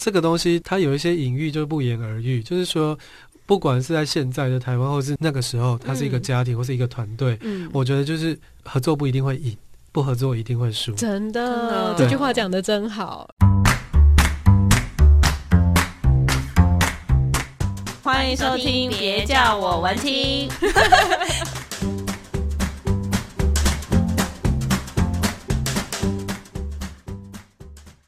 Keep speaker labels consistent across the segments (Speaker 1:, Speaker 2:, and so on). Speaker 1: 这个东西它有一些隐喻，就不言而喻，就是说，不管是在现在的台湾，或是那个时候，它是一个家庭或是一个团队，
Speaker 2: 嗯，
Speaker 1: 我觉得就是合作不一定会赢，不合作一定会输。
Speaker 2: 真
Speaker 3: 真
Speaker 2: 的
Speaker 3: 的
Speaker 2: 这句话讲的真好。
Speaker 3: 欢迎收听，别叫我文青。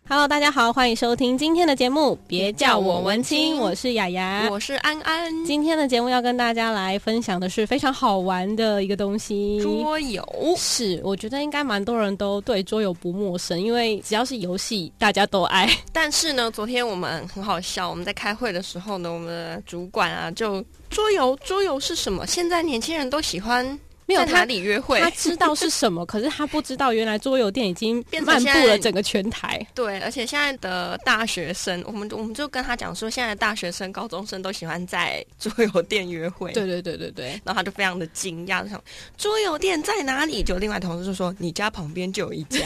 Speaker 2: Hello，大家好，欢迎收听今天的节目，别叫我文青，我是雅雅。
Speaker 3: 我是安安，
Speaker 2: 今天的节目要跟大家来分享的是非常好玩的一个东西。
Speaker 3: 桌游
Speaker 2: 是，我觉得应该蛮多人都对桌游不陌生，因为只要是游戏，大家都爱。
Speaker 3: 但是呢，昨天我们很好笑，我们在开会的时候呢，我们的主管啊就桌游，桌游是什么？现在年轻人都喜欢
Speaker 2: 没有
Speaker 3: 在哪
Speaker 2: 他，
Speaker 3: 里约会
Speaker 2: 他？知道是什么，可是他不知道原来桌游店已经
Speaker 3: 变成
Speaker 2: 漫
Speaker 3: 现
Speaker 2: 步了
Speaker 3: 在
Speaker 2: 整个全台。
Speaker 3: 对，而且现在的大学生，我们我们就跟他讲说，现在的大学生、高中生都喜欢在桌游店约会。
Speaker 2: 对对对对 对，
Speaker 3: 然后他就非常的惊讶，就想桌游店在哪里？就另外同事就说，你家旁边就有一家。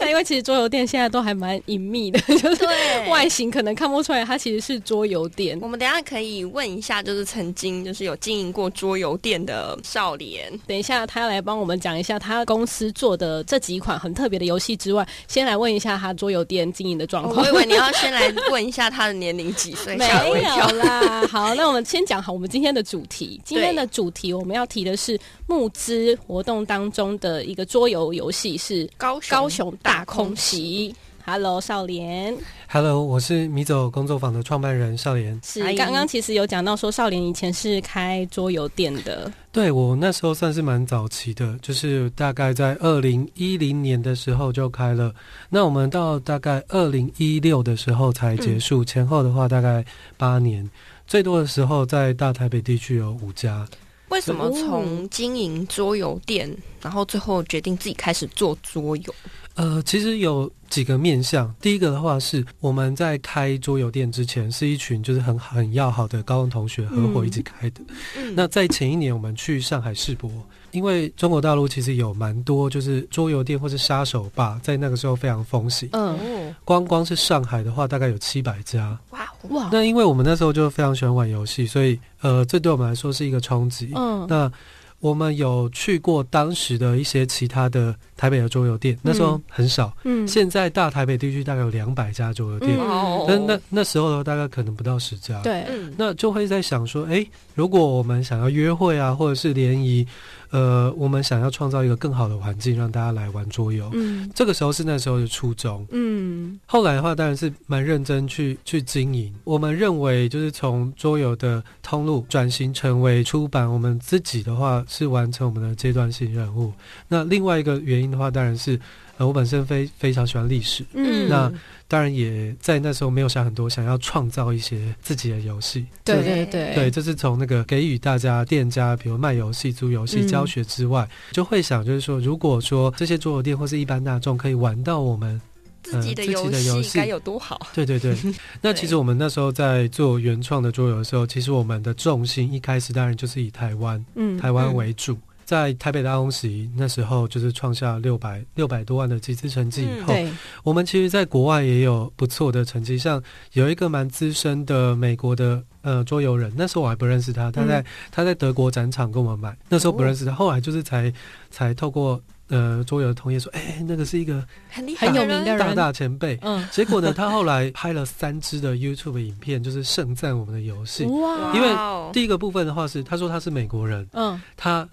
Speaker 2: 那因为其实桌游店现在都还蛮隐秘的，就是
Speaker 3: 对
Speaker 2: 外形可能看不出来，它其实是桌游店。
Speaker 3: 我们等一下可以问一下，就是曾经就是有经营过桌游店的少年，
Speaker 2: 等一下他来帮我们讲一下他公司做的这几款很特别的游戏之外，先来问一下他桌游店经营的状况
Speaker 3: 我以。为你要先来问一下他的年龄几岁，
Speaker 2: 哦 没
Speaker 3: 吓哦我一跳
Speaker 2: 有。啦，好，那我们先讲好我们今天的主题。今天的主题我们要提的是募资活动当中的一个桌游游戏是
Speaker 3: 高
Speaker 2: 《高雄大空袭》。Hello，少年
Speaker 1: Hello，我是米走工作坊的创办人少年。
Speaker 2: 是
Speaker 3: 阿姨
Speaker 2: 刚刚其实有讲到说，少年以前是开桌游店的，
Speaker 1: 对我那时候算是蛮早期的，就是大概在二零一零年的时候就开了。那我们到大概二零一六的时候才结束，前后的话大概八年，最多的时候在大台北地区有五家。
Speaker 3: 为什么从经营桌游店，然后最后决定自己开始做桌游？
Speaker 1: 呃，其实有几个面向。第一个的话是，我们在开桌游店之前，是一群就是很很要好的高中同学合伙一起开的。
Speaker 3: 嗯
Speaker 1: 那在前一年，我们去上海世博，因为中国大陆其实有蛮多就是桌游店或是杀手吧，在那个时候非常风行。
Speaker 2: 嗯，
Speaker 3: 哦，
Speaker 1: 光光是上海的话，大概有七百家。
Speaker 3: 哇哦，
Speaker 2: 哇，
Speaker 1: 那因为我们那时候就非常喜欢玩游戏，所以呃，这对我们来说是一个冲击。
Speaker 2: 嗯，
Speaker 1: 那我们有去过当时的一些其他的台北的桌游店，那时候很少。
Speaker 2: 嗯，
Speaker 1: 现在大台北地区大概有两百家桌游店，
Speaker 2: 嗯
Speaker 3: 哦
Speaker 1: 那那那时候大概可能不到十家。，
Speaker 2: 对，
Speaker 3: 嗯，
Speaker 1: 那就会在想说，诶，如果我们想要约会啊，或者是联谊，呃，我们想要创造一个更好的环境，让大家来玩桌游。
Speaker 2: 嗯
Speaker 1: 这个时候是那时候的初衷，
Speaker 2: 嗯
Speaker 1: 后来的话当然是蛮认真去去经营。我们认为就是从桌游的通路转型成为出版，我们自己的话是完成我们的阶段性任务。那另外一个原因的话，当然是呃我本身非非常喜欢历史，
Speaker 2: 嗯，
Speaker 1: 那当然也在那时候没有想很多，想要创造一些自己的游戏。
Speaker 2: 对
Speaker 1: 这
Speaker 2: 对对
Speaker 1: 对，这是从那个给予大家店家，比如卖游戏、租游戏、
Speaker 2: 嗯
Speaker 1: 教学之外，就会想就是说，如果说这些桌游店或是一般大众可以玩到我们，
Speaker 3: 自己的游
Speaker 1: 自己的游
Speaker 3: 戏
Speaker 1: 戏
Speaker 3: 该有多好？
Speaker 1: 对对对。 那其实我们那时候在做原创的桌游的时候，其实我们的重心一开始当然就是以台湾
Speaker 2: 嗯
Speaker 1: 台湾为主。在台北大空袭那时候，就是创下六百六百多万的集资成绩以
Speaker 3: 嗯
Speaker 1: 后，
Speaker 2: 对，
Speaker 1: 我们其实，在国外也有不错的成绩，像有一个蛮资深的美国的呃桌游人，那时候我还不认识他，他在、
Speaker 3: 嗯
Speaker 1: 他在德国展场跟我们买，那时候不认识
Speaker 3: 哦
Speaker 1: 他，后来就是才才透过呃桌游的同业说，哎、那个是一个
Speaker 3: 很厉害，
Speaker 2: 很有名的
Speaker 1: 大
Speaker 2: 人，
Speaker 1: 大前辈。
Speaker 3: 哦
Speaker 2: 嗯，
Speaker 1: 结果呢，他后来拍了三支的 YouTube 影片，就是盛赞我们的游戏。
Speaker 2: 哇
Speaker 3: 哇哦，
Speaker 1: 因为第一个部分的话是，他说他是美国人，
Speaker 2: 嗯
Speaker 1: 他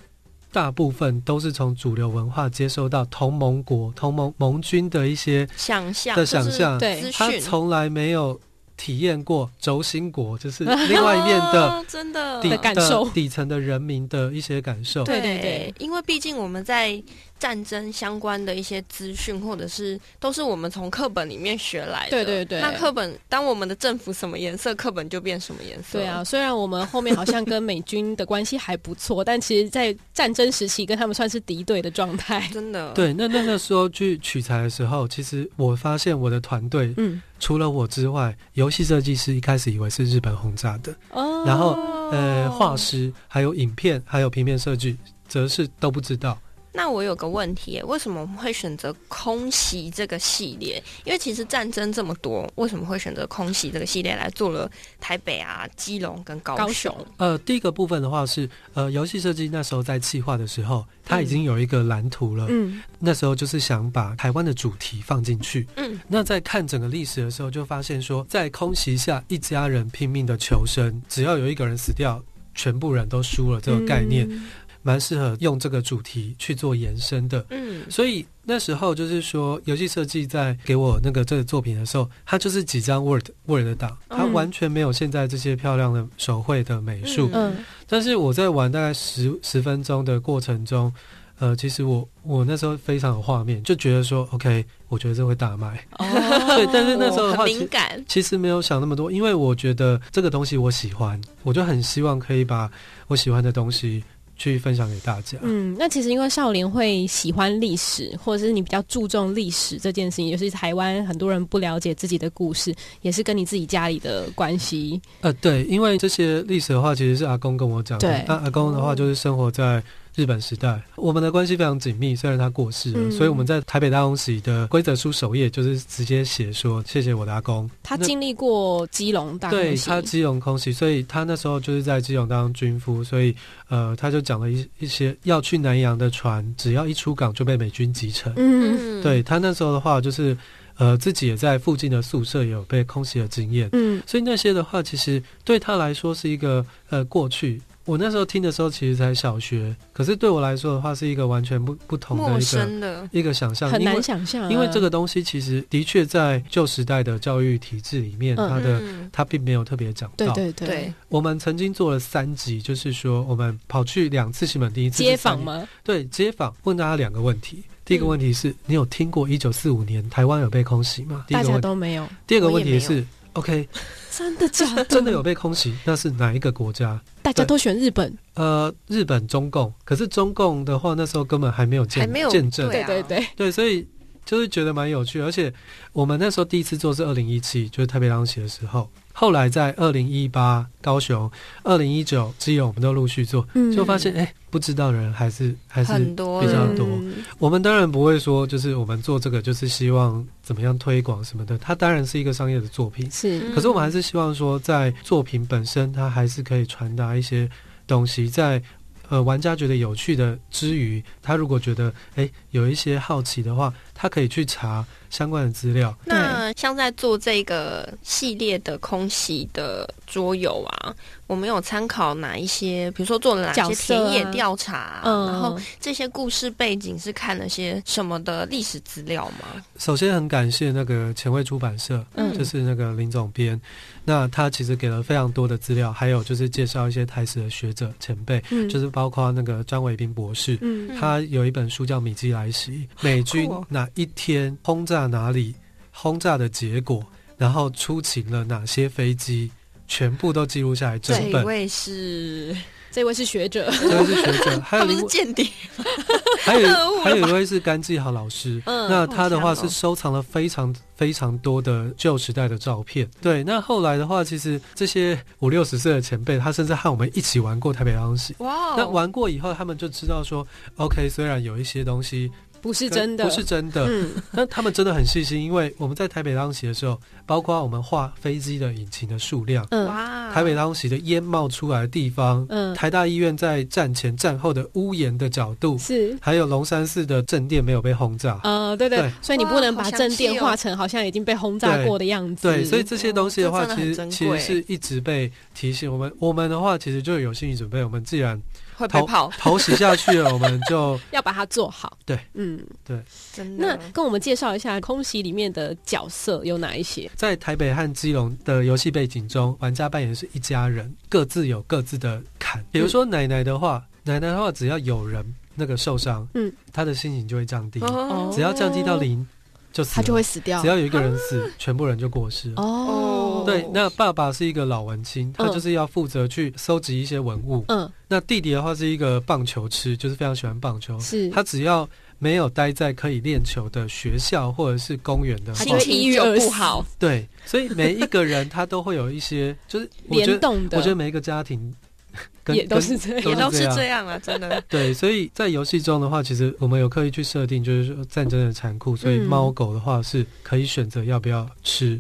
Speaker 1: 大部分都是从主流文化接收到同盟国、同盟盟军的一些
Speaker 3: 想象
Speaker 1: 的想象
Speaker 2: 对
Speaker 3: 就是资
Speaker 1: 他
Speaker 3: 讯
Speaker 1: 从来没有体验过轴心国， 就是另外一面的
Speaker 3: 啊真的
Speaker 1: 底
Speaker 2: 的感受
Speaker 1: 的底层的人民的一些感 受。
Speaker 2: 对对对，
Speaker 3: 因为毕竟我们在战争相关的一些资讯，或者是都是我们从课本里面学来的。
Speaker 2: 对对对
Speaker 3: 那课本，当我们的政府什么颜色，课本就变什么颜色。
Speaker 2: 对啊，，虽然我们后面好像跟美军的关系还不错，但其实，在战争时期跟他们算是敌对的状态。
Speaker 3: 真的。，
Speaker 1: 对，那那那时候去取材的时候，其实我发现我的团队
Speaker 2: 嗯，
Speaker 1: 除了我之外，游戏设计师一开始以为是日本轰炸的，呃
Speaker 2: 哦，
Speaker 1: 然后呃，画师还有影片还有平面设计，则是都不知道。
Speaker 3: 那我有个问题耶，为什么我们会选择空袭这个系列？因为其实战争这么多，为什么会选择空袭这个系列来做了台北啊、基隆跟高
Speaker 2: 高
Speaker 3: 雄？
Speaker 2: 雄
Speaker 1: 呃，第一个部分的话是，呃，游戏设计那时候在企划的时候，它已经有一个蓝图了。
Speaker 2: 嗯，
Speaker 1: 那时候就是想把台湾的主题放进去。
Speaker 3: 嗯，
Speaker 1: 那在看整个历史的时候，就发现说，在空袭下，一家人拼命的求生，只要有一个人死掉，全部人都输了。这个概念
Speaker 2: 嗯
Speaker 1: 蛮适合用这个主题去做延伸的。
Speaker 3: 嗯
Speaker 1: 所以那时候就是说，游戏设计在给我那个这个作品的时候，它就是几张 Word Word 的档，它
Speaker 2: 嗯
Speaker 1: 完全没有现在这些漂亮的手绘的美术。
Speaker 2: 嗯
Speaker 1: 但是我在玩大概十十分钟的过程中，呃，其实我我那时候非常有画面，就觉得说 OK，我觉得这会大卖。
Speaker 2: 哦，
Speaker 1: 对，但是那时候的
Speaker 3: 很
Speaker 1: 话，
Speaker 3: 敏
Speaker 1: 其
Speaker 3: 感，
Speaker 1: 其实没有想那么多，因为我觉得这个东西我喜欢，我就很希望可以把我喜欢的东西去分享给大家。
Speaker 2: 嗯，那其实因为少年会喜欢历史，或者是你比较注重历史这件事情，就是台湾很多人不了解自己的故事，也是跟你自己家里的关系。
Speaker 1: 呃，对，因为这些历史的话，其实是阿公跟我讲的。
Speaker 2: 对
Speaker 1: 那阿公的话就是生活在日本时代，我们的关系非常紧密。虽然他过世了，
Speaker 2: 嗯
Speaker 1: 所以我们在台北大空袭的规则书首页就是直接写说谢谢我的阿公。
Speaker 2: 他
Speaker 1: 那
Speaker 2: 经历过基隆大
Speaker 1: 对
Speaker 2: 空袭，
Speaker 1: 他基隆空袭，所以他那时候就是在基隆当军夫，所以呃，他就讲了一一些要去南洋的船，只要一出港就被美军击沉。
Speaker 2: 嗯
Speaker 3: 嗯，
Speaker 1: 对他那时候的话，就是呃自己也在附近的宿舍也有被空袭的经验，
Speaker 2: 嗯
Speaker 1: 所以那些的话，其实对他来说是一个呃过去。我那时候听的时候，其实才小学，可是对我来说的话，是一个完全不不同的
Speaker 3: 陌
Speaker 1: 一个
Speaker 3: 生的，
Speaker 1: 一个想象，
Speaker 2: 很
Speaker 1: 因为
Speaker 2: 难想象啊、
Speaker 1: 因为这个东西其实的确在旧时代的教育体制里面，
Speaker 2: 嗯
Speaker 1: 它的
Speaker 3: 嗯
Speaker 1: 它并没有特别讲到。
Speaker 2: 对对对
Speaker 3: 对，
Speaker 1: 我们曾经做了三集，就是说我们跑去两次西门町，一次是
Speaker 2: 街访
Speaker 1: 三
Speaker 2: 吗？
Speaker 1: 里？对，街访问大家两个问题。第一
Speaker 3: 嗯
Speaker 1: 个问题是、你有听过一九四五年台湾有被空袭吗？第一
Speaker 2: 大
Speaker 1: 个
Speaker 2: 家
Speaker 1: 问题，
Speaker 2: 都没有，
Speaker 1: 第二个问
Speaker 3: 我也
Speaker 1: 题
Speaker 3: 没有
Speaker 1: 是，OK，
Speaker 2: 真的假的？
Speaker 1: 真的有被空袭，那是哪一个国家？
Speaker 2: 大家都选日本，
Speaker 1: 呃，日本中共。可是中共的话，那时候根本还没有见
Speaker 3: 还没有
Speaker 1: 见证，
Speaker 3: 对啊
Speaker 2: 对对，
Speaker 1: 对，所以就是觉得蛮有趣，而且我们那时候第一次做是二零一七，就是台北当期的时候。后来在二零一八高雄、二零一九基隆，我们都陆续做，
Speaker 2: 嗯
Speaker 1: 就发现哎、不知道的人还是还
Speaker 3: 很
Speaker 1: 是
Speaker 3: 多
Speaker 1: 比较
Speaker 3: 人
Speaker 1: 多
Speaker 2: 嗯
Speaker 1: 我们当然不会说，就是我们做这个就是希望怎么样推广什么的，它当然是一个商业的作品，
Speaker 2: 是
Speaker 3: 嗯
Speaker 1: 可是我们还是希望说，在作品本身，它还是可以传达一些东西，在呃玩家觉得有趣的之余，他如果觉得诶有一些好奇的话，他可以去查相关的资料。
Speaker 3: 那像在做这个系列的空袭的桌游啊，我们有参考哪一些？比如说做了哪些
Speaker 2: 角色啊
Speaker 3: 田野调查啊、
Speaker 2: 嗯，
Speaker 3: 然后这些故事背景是看了些什么的历史资料吗？
Speaker 1: 首先很感谢那个前卫出版社，
Speaker 2: 嗯
Speaker 1: 就是那个林总编，那他其实给了非常多的资料，还有就是介绍一些台史的学者前辈，
Speaker 2: 嗯
Speaker 1: 就是包括那个张伟斌博士，
Speaker 2: 嗯
Speaker 1: 他有一本书叫《米基来袭》，美军
Speaker 3: 酷哦
Speaker 1: 哪一天轰炸哪里，轰炸的结果，然后出勤了哪些飞机，全部都记录下来整
Speaker 3: 这一
Speaker 1: 本。
Speaker 3: 位是，
Speaker 2: 这位是学者，
Speaker 1: 这位是学 者，还
Speaker 3: 他
Speaker 1: 有
Speaker 3: 们
Speaker 1: 另
Speaker 3: 是
Speaker 1: 外
Speaker 3: 间谍，
Speaker 1: 还
Speaker 3: 特务
Speaker 1: 有
Speaker 3: 了吧
Speaker 1: 还有一位是甘继豪老师。
Speaker 3: 啊嗯
Speaker 1: 那他的话是
Speaker 3: 好强哦
Speaker 1: 收藏了非常非常多的旧时代的照片。对，那后来的话，其实这些五六十岁的前辈，他甚至和我们一起玩过台北当时。
Speaker 3: 哇
Speaker 1: 那
Speaker 3: 哦，
Speaker 1: 玩过以后，他们就知道说，OK，虽然有一些东西
Speaker 2: 不是
Speaker 1: 是
Speaker 2: 真的，
Speaker 1: 不是真的，
Speaker 2: 嗯
Speaker 1: 那他们真的很细心，因为我们在台北当席的时候，包括我们画飞机的引擎的数量，
Speaker 2: 嗯
Speaker 3: 哇，
Speaker 1: 台北当席的烟冒出来的地方，
Speaker 2: 嗯，
Speaker 1: 台大医院在战前战后的屋檐的角度，
Speaker 2: 是。
Speaker 1: 还有龙山寺的正殿没有被轰
Speaker 3: 嗯
Speaker 1: 炸。
Speaker 2: 呃，对对，
Speaker 1: 对
Speaker 2: 所以你不能把正殿
Speaker 3: 哇好详细哦
Speaker 2: 画成好像已经被轰炸过的样子。
Speaker 1: 对，所以这些东西的话，其
Speaker 3: 这真的
Speaker 1: 实
Speaker 3: 很
Speaker 1: 其实
Speaker 3: 珍贵
Speaker 1: 是一直被提醒我们。我们的话，其实就有心理准备。我们既然
Speaker 3: 会被
Speaker 1: 投
Speaker 3: 炮，
Speaker 1: 投袭下去了，我们就
Speaker 2: 要把它做好。
Speaker 1: 对，
Speaker 2: 嗯，
Speaker 3: 真
Speaker 2: 那
Speaker 3: 的。
Speaker 1: 哎
Speaker 2: 跟我们介绍一下空袭里面的角色有哪一些？
Speaker 1: 在台北和基隆的游戏背景中，玩家扮演是一家人，各自有各自的
Speaker 2: 嗯
Speaker 1: 坎。比如说奶奶的话，奶奶的话，只要有人那个受伤，
Speaker 2: 嗯
Speaker 1: 嗯，她的心情就会降低，
Speaker 3: 哦
Speaker 1: 只要降低到零，就死
Speaker 2: 他
Speaker 1: 了，
Speaker 2: 就会死掉啊
Speaker 1: 只。要有一个人死，全部人就过世。
Speaker 2: 哦，
Speaker 1: 对，那爸爸是一个老文青，他就是要负责去收集一些文物。
Speaker 2: 嗯，
Speaker 1: 那弟弟的话是一个棒球痴，就是非常喜欢棒球。
Speaker 2: 是
Speaker 1: 他只要没有待在可以练球的学校或者是公园的话，
Speaker 2: 他就
Speaker 3: 心
Speaker 2: 会
Speaker 3: 情
Speaker 2: 抑郁
Speaker 3: 就
Speaker 2: 而
Speaker 3: 不
Speaker 2: 死
Speaker 3: 好，
Speaker 1: 对，所以每一个人他都会有一些，就是我觉
Speaker 2: 联
Speaker 1: 得，
Speaker 2: 动的。
Speaker 1: 我觉得每一个家庭跟
Speaker 2: 也都是这
Speaker 1: 都
Speaker 3: 也
Speaker 2: 样。
Speaker 3: 都是
Speaker 1: 是这。
Speaker 3: 这样啊，真的
Speaker 1: 对，所以在游戏中的话，其实我们有刻意去设定，就是说战争的残酷，所以
Speaker 2: 嗯
Speaker 1: 猫狗的话是可以选择要不要吃。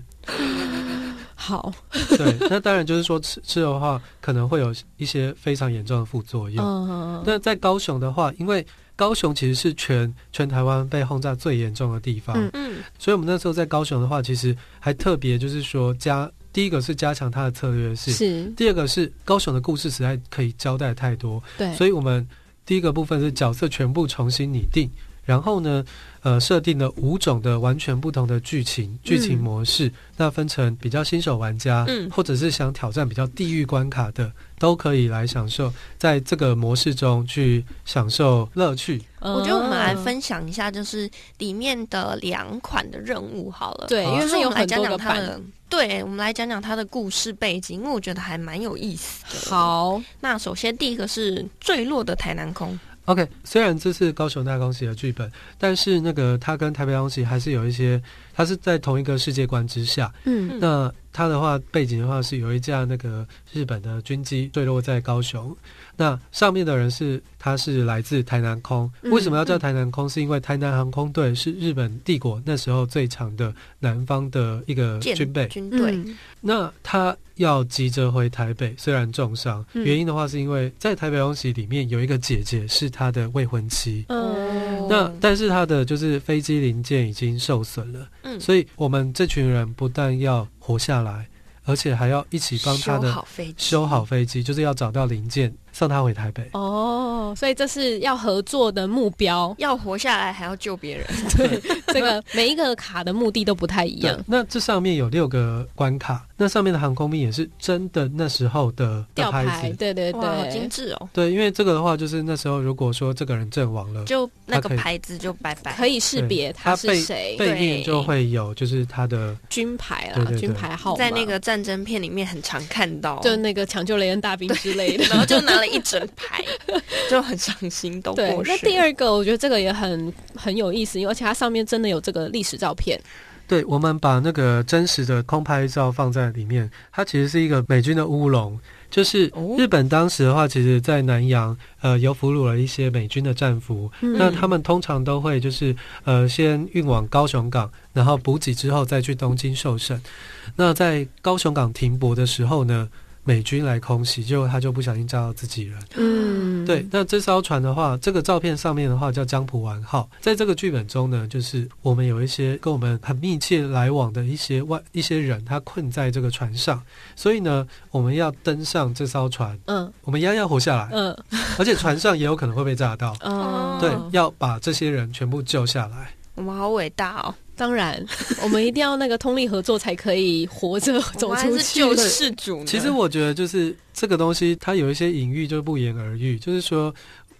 Speaker 2: 好，
Speaker 1: 对，那当然就是说吃吃的话，可能会有一些非常严重的副作用。
Speaker 2: 嗯，
Speaker 1: 那在高雄的话，因为高雄其实是全全台湾被轰炸最严重的地方，
Speaker 2: 嗯
Speaker 3: 嗯，
Speaker 1: 所以我们那时候在高雄的话，其实还特别就是说加第一个是加强它的策略性，
Speaker 2: 是
Speaker 1: 第二个是高雄的故事实在可以交代太多，
Speaker 2: 对，
Speaker 1: 所以我们第一个部分是角色全部重新拟定，然后呢，呃，设定了五种的完全不同的剧情剧情模式，那分成比较新手玩家，
Speaker 3: 嗯
Speaker 1: 或者是想挑战比较地狱关卡的，都可以来享受在这个模式中去享受乐趣。
Speaker 2: 嗯
Speaker 3: 我觉得我们来分享一下，就是里面的两款的任务好了。
Speaker 2: 对，
Speaker 1: 好
Speaker 2: 因为
Speaker 3: 就是
Speaker 2: 它
Speaker 3: 我
Speaker 2: 有
Speaker 3: 们来
Speaker 2: 很
Speaker 3: 讲
Speaker 2: 多
Speaker 3: 讲
Speaker 2: 个
Speaker 3: 它
Speaker 2: 版。
Speaker 3: 的，对，我们来讲讲它的故事背景，因为我觉得还蛮有意思的。，
Speaker 2: 好，
Speaker 3: 那首先第一个是坠落的台南空，
Speaker 1: OK，虽然这是高雄大空袭的剧本，但是那个它跟台北大空袭还是有一些，它是在同一个世界观之下，
Speaker 2: 嗯
Speaker 1: 那它的话背景的话是有一架那个日本的军机坠落在高雄，那上面的人是他是来自台南空，
Speaker 2: 嗯
Speaker 1: 为什么要叫台南空？是因为台南航空队是日本帝国那时候最强的南方的一个
Speaker 3: 舰
Speaker 1: 军备，
Speaker 3: 军队，
Speaker 2: 嗯
Speaker 1: 那他要急着回台北，虽然重伤，
Speaker 2: 嗯
Speaker 1: 原因的话是因为在台北空袭里面有一个姐姐是他的未婚妻。
Speaker 2: 嗯，
Speaker 1: 那
Speaker 3: 嗯
Speaker 1: 但是他的就是飞机零件已经受损了，
Speaker 3: 嗯，
Speaker 1: 所以我们这群人不但要活下来，而且还要一起帮他
Speaker 3: 修
Speaker 1: 的
Speaker 3: 好飞机，，
Speaker 1: 修好飞机，就是要找到零件送他回台北。
Speaker 2: 哦，所以这是要合作的目标
Speaker 3: 要活下来还要救别人，
Speaker 2: 这个每一个卡的目的都不太
Speaker 3: 嗯
Speaker 2: 一样
Speaker 1: 对。，那这上面有六个关卡，那上面的航空兵也是真的那时候的的
Speaker 2: 吊牌，
Speaker 1: 子。
Speaker 2: 对对
Speaker 3: 哇，好精
Speaker 2: 对，
Speaker 3: 致哦！
Speaker 1: 对，因为这个的话，就是那时候如果说这个人阵亡了，
Speaker 3: 就那
Speaker 1: 它
Speaker 3: 个
Speaker 1: 可以
Speaker 3: 牌子就拜拜，
Speaker 2: 可以识别
Speaker 1: 对
Speaker 2: 他
Speaker 1: 它
Speaker 2: 是
Speaker 1: 被
Speaker 2: 谁，
Speaker 1: 背面就会有就是他的
Speaker 2: 军牌
Speaker 1: 对
Speaker 2: 啦
Speaker 1: 对，对
Speaker 2: 军牌号码
Speaker 3: 在那个战争片里面很常看到，
Speaker 2: 就那个抢救雷恩大兵之类 的。
Speaker 3: 然后就拿了一整 排，就很伤心都
Speaker 2: 对
Speaker 3: 过，
Speaker 2: 那
Speaker 3: 时。
Speaker 2: 第二个我觉得这个也很很有意思，因为而且它上面真的有这个历史照片，
Speaker 1: 对，我们把那个真实的空拍照放在里面，它其实是一个美军的乌龙。就是
Speaker 3: 哦
Speaker 1: 日本当时的话，其实，在南洋，呃，有俘虏了一些美军的战俘。
Speaker 2: 嗯
Speaker 1: 那他们通常都会就是，呃，先运往高雄港，然后补给之后再去东京受审。那在高雄港停泊的时候呢，美军来空袭，结果他就不小心炸到自己人。
Speaker 2: 嗯，
Speaker 1: 对，那这艘船的话，这个照片上面的话叫江浦丸号，在这个剧本中呢，就是我们有一些跟我们很密切来往的一些外一些人，他困在这个船上，所以呢，我们要登上这艘船，
Speaker 2: 嗯
Speaker 1: 我们一样要活下来，
Speaker 2: 嗯
Speaker 1: 而且船上也有可能会被炸到，
Speaker 2: 嗯，
Speaker 3: 哦
Speaker 1: 对，要把这些人全部救下来。
Speaker 3: 我们好伟大哦，
Speaker 2: 当然，我们一定要那个通力合作才可以活着
Speaker 3: 我
Speaker 2: 走
Speaker 3: 们还
Speaker 2: 出
Speaker 3: 是
Speaker 2: 去。
Speaker 3: 救世主呢。
Speaker 1: 其实我觉得就是这个东西，它有一些隐喻，就不言而喻，就是说。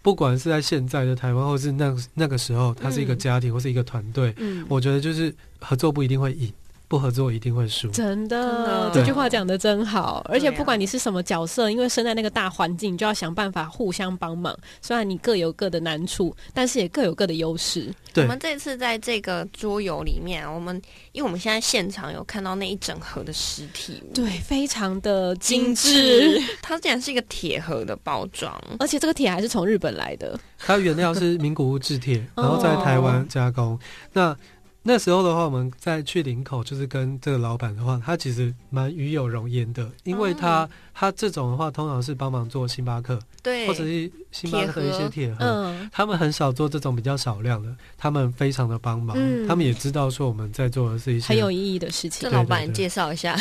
Speaker 1: 不管是在现在的台湾，或是那那个时候，它是一个
Speaker 2: 嗯
Speaker 1: 家庭，或是一个团队，
Speaker 2: 嗯，
Speaker 1: 我觉得就是合作不一定会赢，不合作一定会输。
Speaker 2: 真
Speaker 3: 真
Speaker 2: 的
Speaker 3: 的
Speaker 2: 这句话讲的真好，而且
Speaker 3: 对啊
Speaker 2: 不管你是什么角色，因为身在那个大环境，你就要想办法互相帮忙。虽然你各有各的难处，但是也各有各的优势。
Speaker 3: 我
Speaker 1: 对
Speaker 3: 们这次在这个桌游里面啊，我们因为我们现在现场有看到那一整盒的实体物，
Speaker 2: 对，非常的精
Speaker 3: 致
Speaker 2: 致，，
Speaker 3: 它竟然是一个铁盒的包装，
Speaker 2: 而且这个铁还是从日本来的。
Speaker 1: 它原料是名古屋制铁，
Speaker 2: 哦
Speaker 1: 然后在台湾加工。那那时候的话，我们再去林口，就是跟这个老板的话，他其实蛮与有容焉的，因为他、
Speaker 3: 哦
Speaker 1: 他这种的话，通常是帮忙做星巴克
Speaker 3: 对
Speaker 1: 或，者是星巴克的一些铁盒。
Speaker 2: 嗯
Speaker 1: 他们很少做这种比较少量的，他们非常的帮忙，
Speaker 2: 嗯
Speaker 1: 他们也知道说我们在做的是一些
Speaker 2: 很有意义的事情
Speaker 3: 这
Speaker 1: 对。
Speaker 3: 老板介绍一下，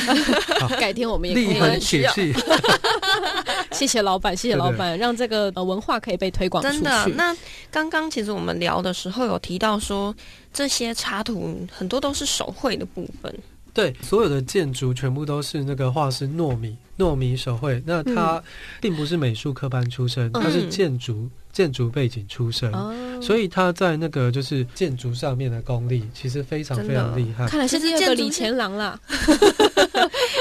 Speaker 2: 改天我们也
Speaker 1: 立
Speaker 2: 可
Speaker 1: 痕
Speaker 2: 以，
Speaker 1: 铁器。
Speaker 2: 谢谢老板，谢谢
Speaker 1: 对对
Speaker 2: 老板，让这个呃文化可以被推广出去。
Speaker 3: 真的。那刚刚其实我们聊的时候有提到说，这些插图很多都是手绘的部分，
Speaker 1: 对，所有的建筑全部都是那个画师糯米糯米手绘。那
Speaker 3: 嗯
Speaker 1: 他并不是美术科班出身，
Speaker 2: 嗯
Speaker 1: 他是建筑建筑背景出身，
Speaker 2: 哦
Speaker 1: 嗯所以他在那个就是建筑上面的功力其实非常
Speaker 3: 真的
Speaker 1: 非常厉害。
Speaker 2: 看来是
Speaker 3: 就是
Speaker 2: 第二个
Speaker 3: 建筑
Speaker 2: 李
Speaker 3: 是
Speaker 2: 乾郎啦。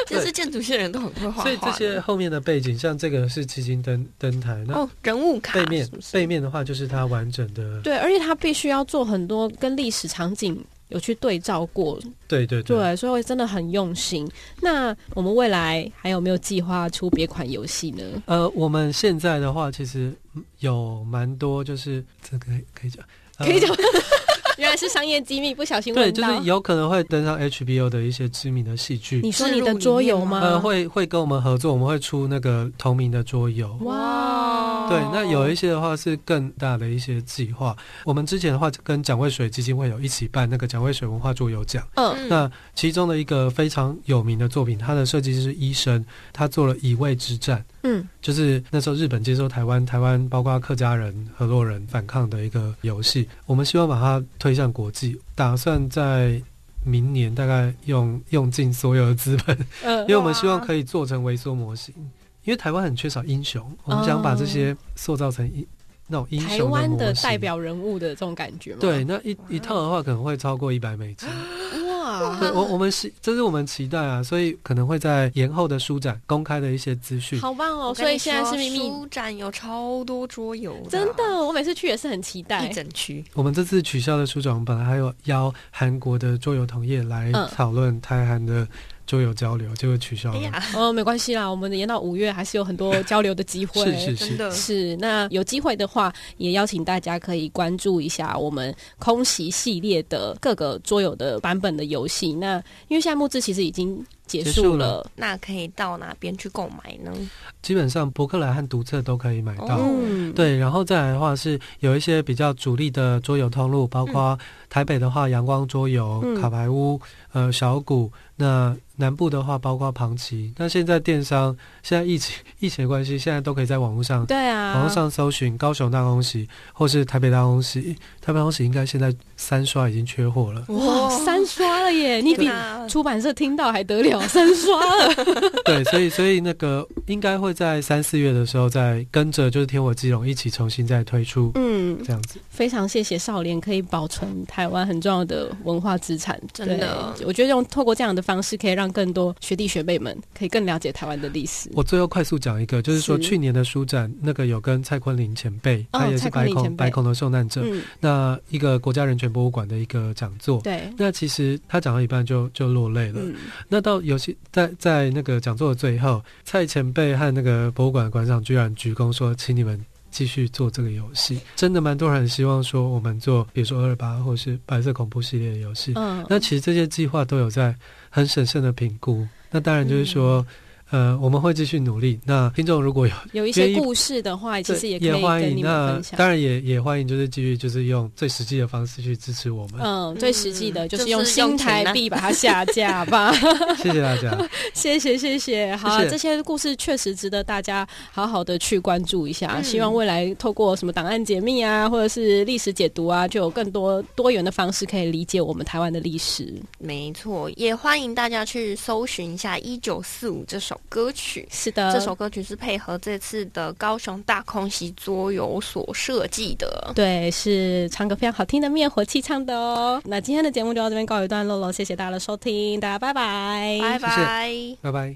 Speaker 3: 其实建筑系的人都很会画画
Speaker 1: 所
Speaker 3: 的，
Speaker 1: 以这些后面的背景，像这个是七星灯灯台，那
Speaker 3: 哦人物卡
Speaker 1: 背面
Speaker 3: 是不是
Speaker 1: 背面的话就是他完整的。
Speaker 2: 对，而且他必须要做很多跟历史场景有去对照过，
Speaker 1: 对对对，
Speaker 2: 对，所以真的很用心。那我们未来还有没有计划出别款游戏呢？
Speaker 1: 呃，我们现在的话，其实嗯有蛮多，就是这个可以讲，呃
Speaker 2: 可以讲，原来是商业机密，不小心
Speaker 1: 对，
Speaker 2: 问
Speaker 1: 就
Speaker 2: 到。
Speaker 1: 是有可能会登上 HBO 的一些知名的戏剧，
Speaker 2: 你说你的桌游吗？
Speaker 1: 呃，会会跟我们合作，我们会出那个同名的桌游。
Speaker 2: 哇，哦
Speaker 1: 对，那有一些的话是更大的一些计划。我们之前的话跟蒋渭水基金会有一起办那个蒋渭水文化桌游奖，
Speaker 2: 嗯
Speaker 1: 那其中的一个非常有名的作品，它的设计师是医生，他做了乙未之战。
Speaker 2: 嗯，
Speaker 1: 就是那时候日本接收台湾，台湾包括客家人、河洛人反抗的一个游戏，我们希望把它推向国际，打算在明年大概用用尽所有的资 本，
Speaker 2: 呃
Speaker 1: 因为我们希望可以做成微缩模型，因为台湾很缺少英雄，我们想把这些塑造成一那种英雄
Speaker 2: 台湾
Speaker 1: 模
Speaker 2: 的
Speaker 1: 型
Speaker 2: 代。表人物的这种感觉吗？
Speaker 1: 对，，那一一套的话可能会超过一百 美金。
Speaker 2: 哇，
Speaker 1: 对，我我们是这是我们期待啊，所以可能会在延后的书展公开的一些资讯。
Speaker 2: 好棒哦！
Speaker 3: 我
Speaker 2: 所
Speaker 3: 跟
Speaker 2: 以
Speaker 3: 你
Speaker 2: 现在
Speaker 3: 说
Speaker 2: 是秘密，
Speaker 3: 书展有超多桌游啊，
Speaker 2: 真的，我每次去也是很期待
Speaker 3: 一。整区。
Speaker 1: 我们这次取消的书展，我们本来还有邀韩国的桌游同业来
Speaker 2: 嗯
Speaker 1: 讨论台韩的桌游交流，结果取消
Speaker 3: 哎
Speaker 1: 了。
Speaker 3: 呀，
Speaker 2: 哦，没关系啦，我们延到五月还是有很多交流的机会。
Speaker 1: 是是
Speaker 3: 真
Speaker 1: 是，
Speaker 3: 的，
Speaker 2: 是，那有机会的话，也邀请大家可以关注一下我们空袭系列的各个桌游的版本的游戏。那因为现在募资其实已经结
Speaker 1: 结
Speaker 2: 束
Speaker 1: 束
Speaker 2: 了，
Speaker 3: 那可以到哪边去购买呢？
Speaker 1: 基本上博客来和读册都可以买到。
Speaker 3: 哦。
Speaker 2: 嗯，
Speaker 1: 对，然后再来的话是有一些比较主力的桌游通路，包括台北的话阳光桌游、
Speaker 2: 嗯
Speaker 1: 卡牌屋、呃小谷，那南部的话包括庞奇。那现在电商现在疫情疫情的关系，现在都可以在网络上
Speaker 2: 对啊，
Speaker 1: 网络上搜寻高雄大空袭或是台北大空袭，台北大空袭应该现在三刷已经缺货 了
Speaker 2: 哇，三刷了耶！你比出版社听到还得了，三刷了。
Speaker 1: 对，所以所以那个应该会在三四月的时候再跟着就是天火基隆一起重新再推出
Speaker 2: 嗯，
Speaker 1: 这样子。
Speaker 2: 非常谢谢少年可以保存台湾很重要的文化资产，
Speaker 3: 真的
Speaker 2: 对我觉得用透过这样的方式，可以让更多学弟学妹们可以更了解台湾的历史。
Speaker 1: 我最后快速讲一个，就是说
Speaker 2: 是
Speaker 1: 去年的书展那个有跟蔡坤林前辈，
Speaker 2: 哦
Speaker 1: 他也
Speaker 2: 蔡
Speaker 1: 是
Speaker 2: 坤
Speaker 1: 白
Speaker 2: 林前
Speaker 1: 孔
Speaker 2: 辈
Speaker 1: 白孔的受难者，
Speaker 2: 嗯，
Speaker 1: 那一个国家人权博物馆的一个讲座。
Speaker 2: 对，
Speaker 1: 那其实他讲到一半就就落泪了。
Speaker 2: 嗯，
Speaker 1: 那到尤其在在那个讲座的最后，蔡前辈和那个博物馆的馆长居然鞠躬说：“请你们继续做这个游戏。”真的蛮多人希望说我们做，比如说二二八或是白色恐怖系列的游戏。
Speaker 2: 嗯，
Speaker 1: 那其实这些计划都有在很审慎的评估。那当然就是说，
Speaker 2: 嗯
Speaker 1: 呃，我们会继续努力。那听众如果有
Speaker 2: 有一些
Speaker 1: 愿意
Speaker 2: 故事的话，其实
Speaker 1: 也
Speaker 2: 可以
Speaker 1: 欢
Speaker 2: 跟
Speaker 1: 迎，
Speaker 2: 你
Speaker 1: 那
Speaker 2: 们分享。
Speaker 1: 当然也也欢迎，就是继续就是用最实际的方式去支持我们。
Speaker 2: 嗯，最实际的
Speaker 3: 嗯
Speaker 2: 就是
Speaker 3: 就是
Speaker 2: 用
Speaker 3: 用
Speaker 2: 新
Speaker 3: 钱
Speaker 2: 台
Speaker 3: 呐
Speaker 2: 币把它下架吧。
Speaker 1: 谢谢大家。
Speaker 2: 谢谢谢谢，好啊、
Speaker 1: 谢谢
Speaker 2: 这些故事确实值得大家好好的去关注一下。啊
Speaker 3: 嗯
Speaker 2: 希望未来透过什么档案解密啊，或者是历史解读啊，就有更多多元的方式可以理解我们台湾的历史。
Speaker 3: 没错，也欢迎大家去搜寻一下《一九四五》这首歌曲。
Speaker 2: 是的，
Speaker 3: 这首歌曲是配合这次的高雄大空袭桌游所设计的。
Speaker 2: 对是唱歌非常好听的灭火器唱的哦。那今天的节目就到这边告一段落了，谢谢大家的收听，大家拜拜。
Speaker 3: 拜拜！
Speaker 1: 拜拜。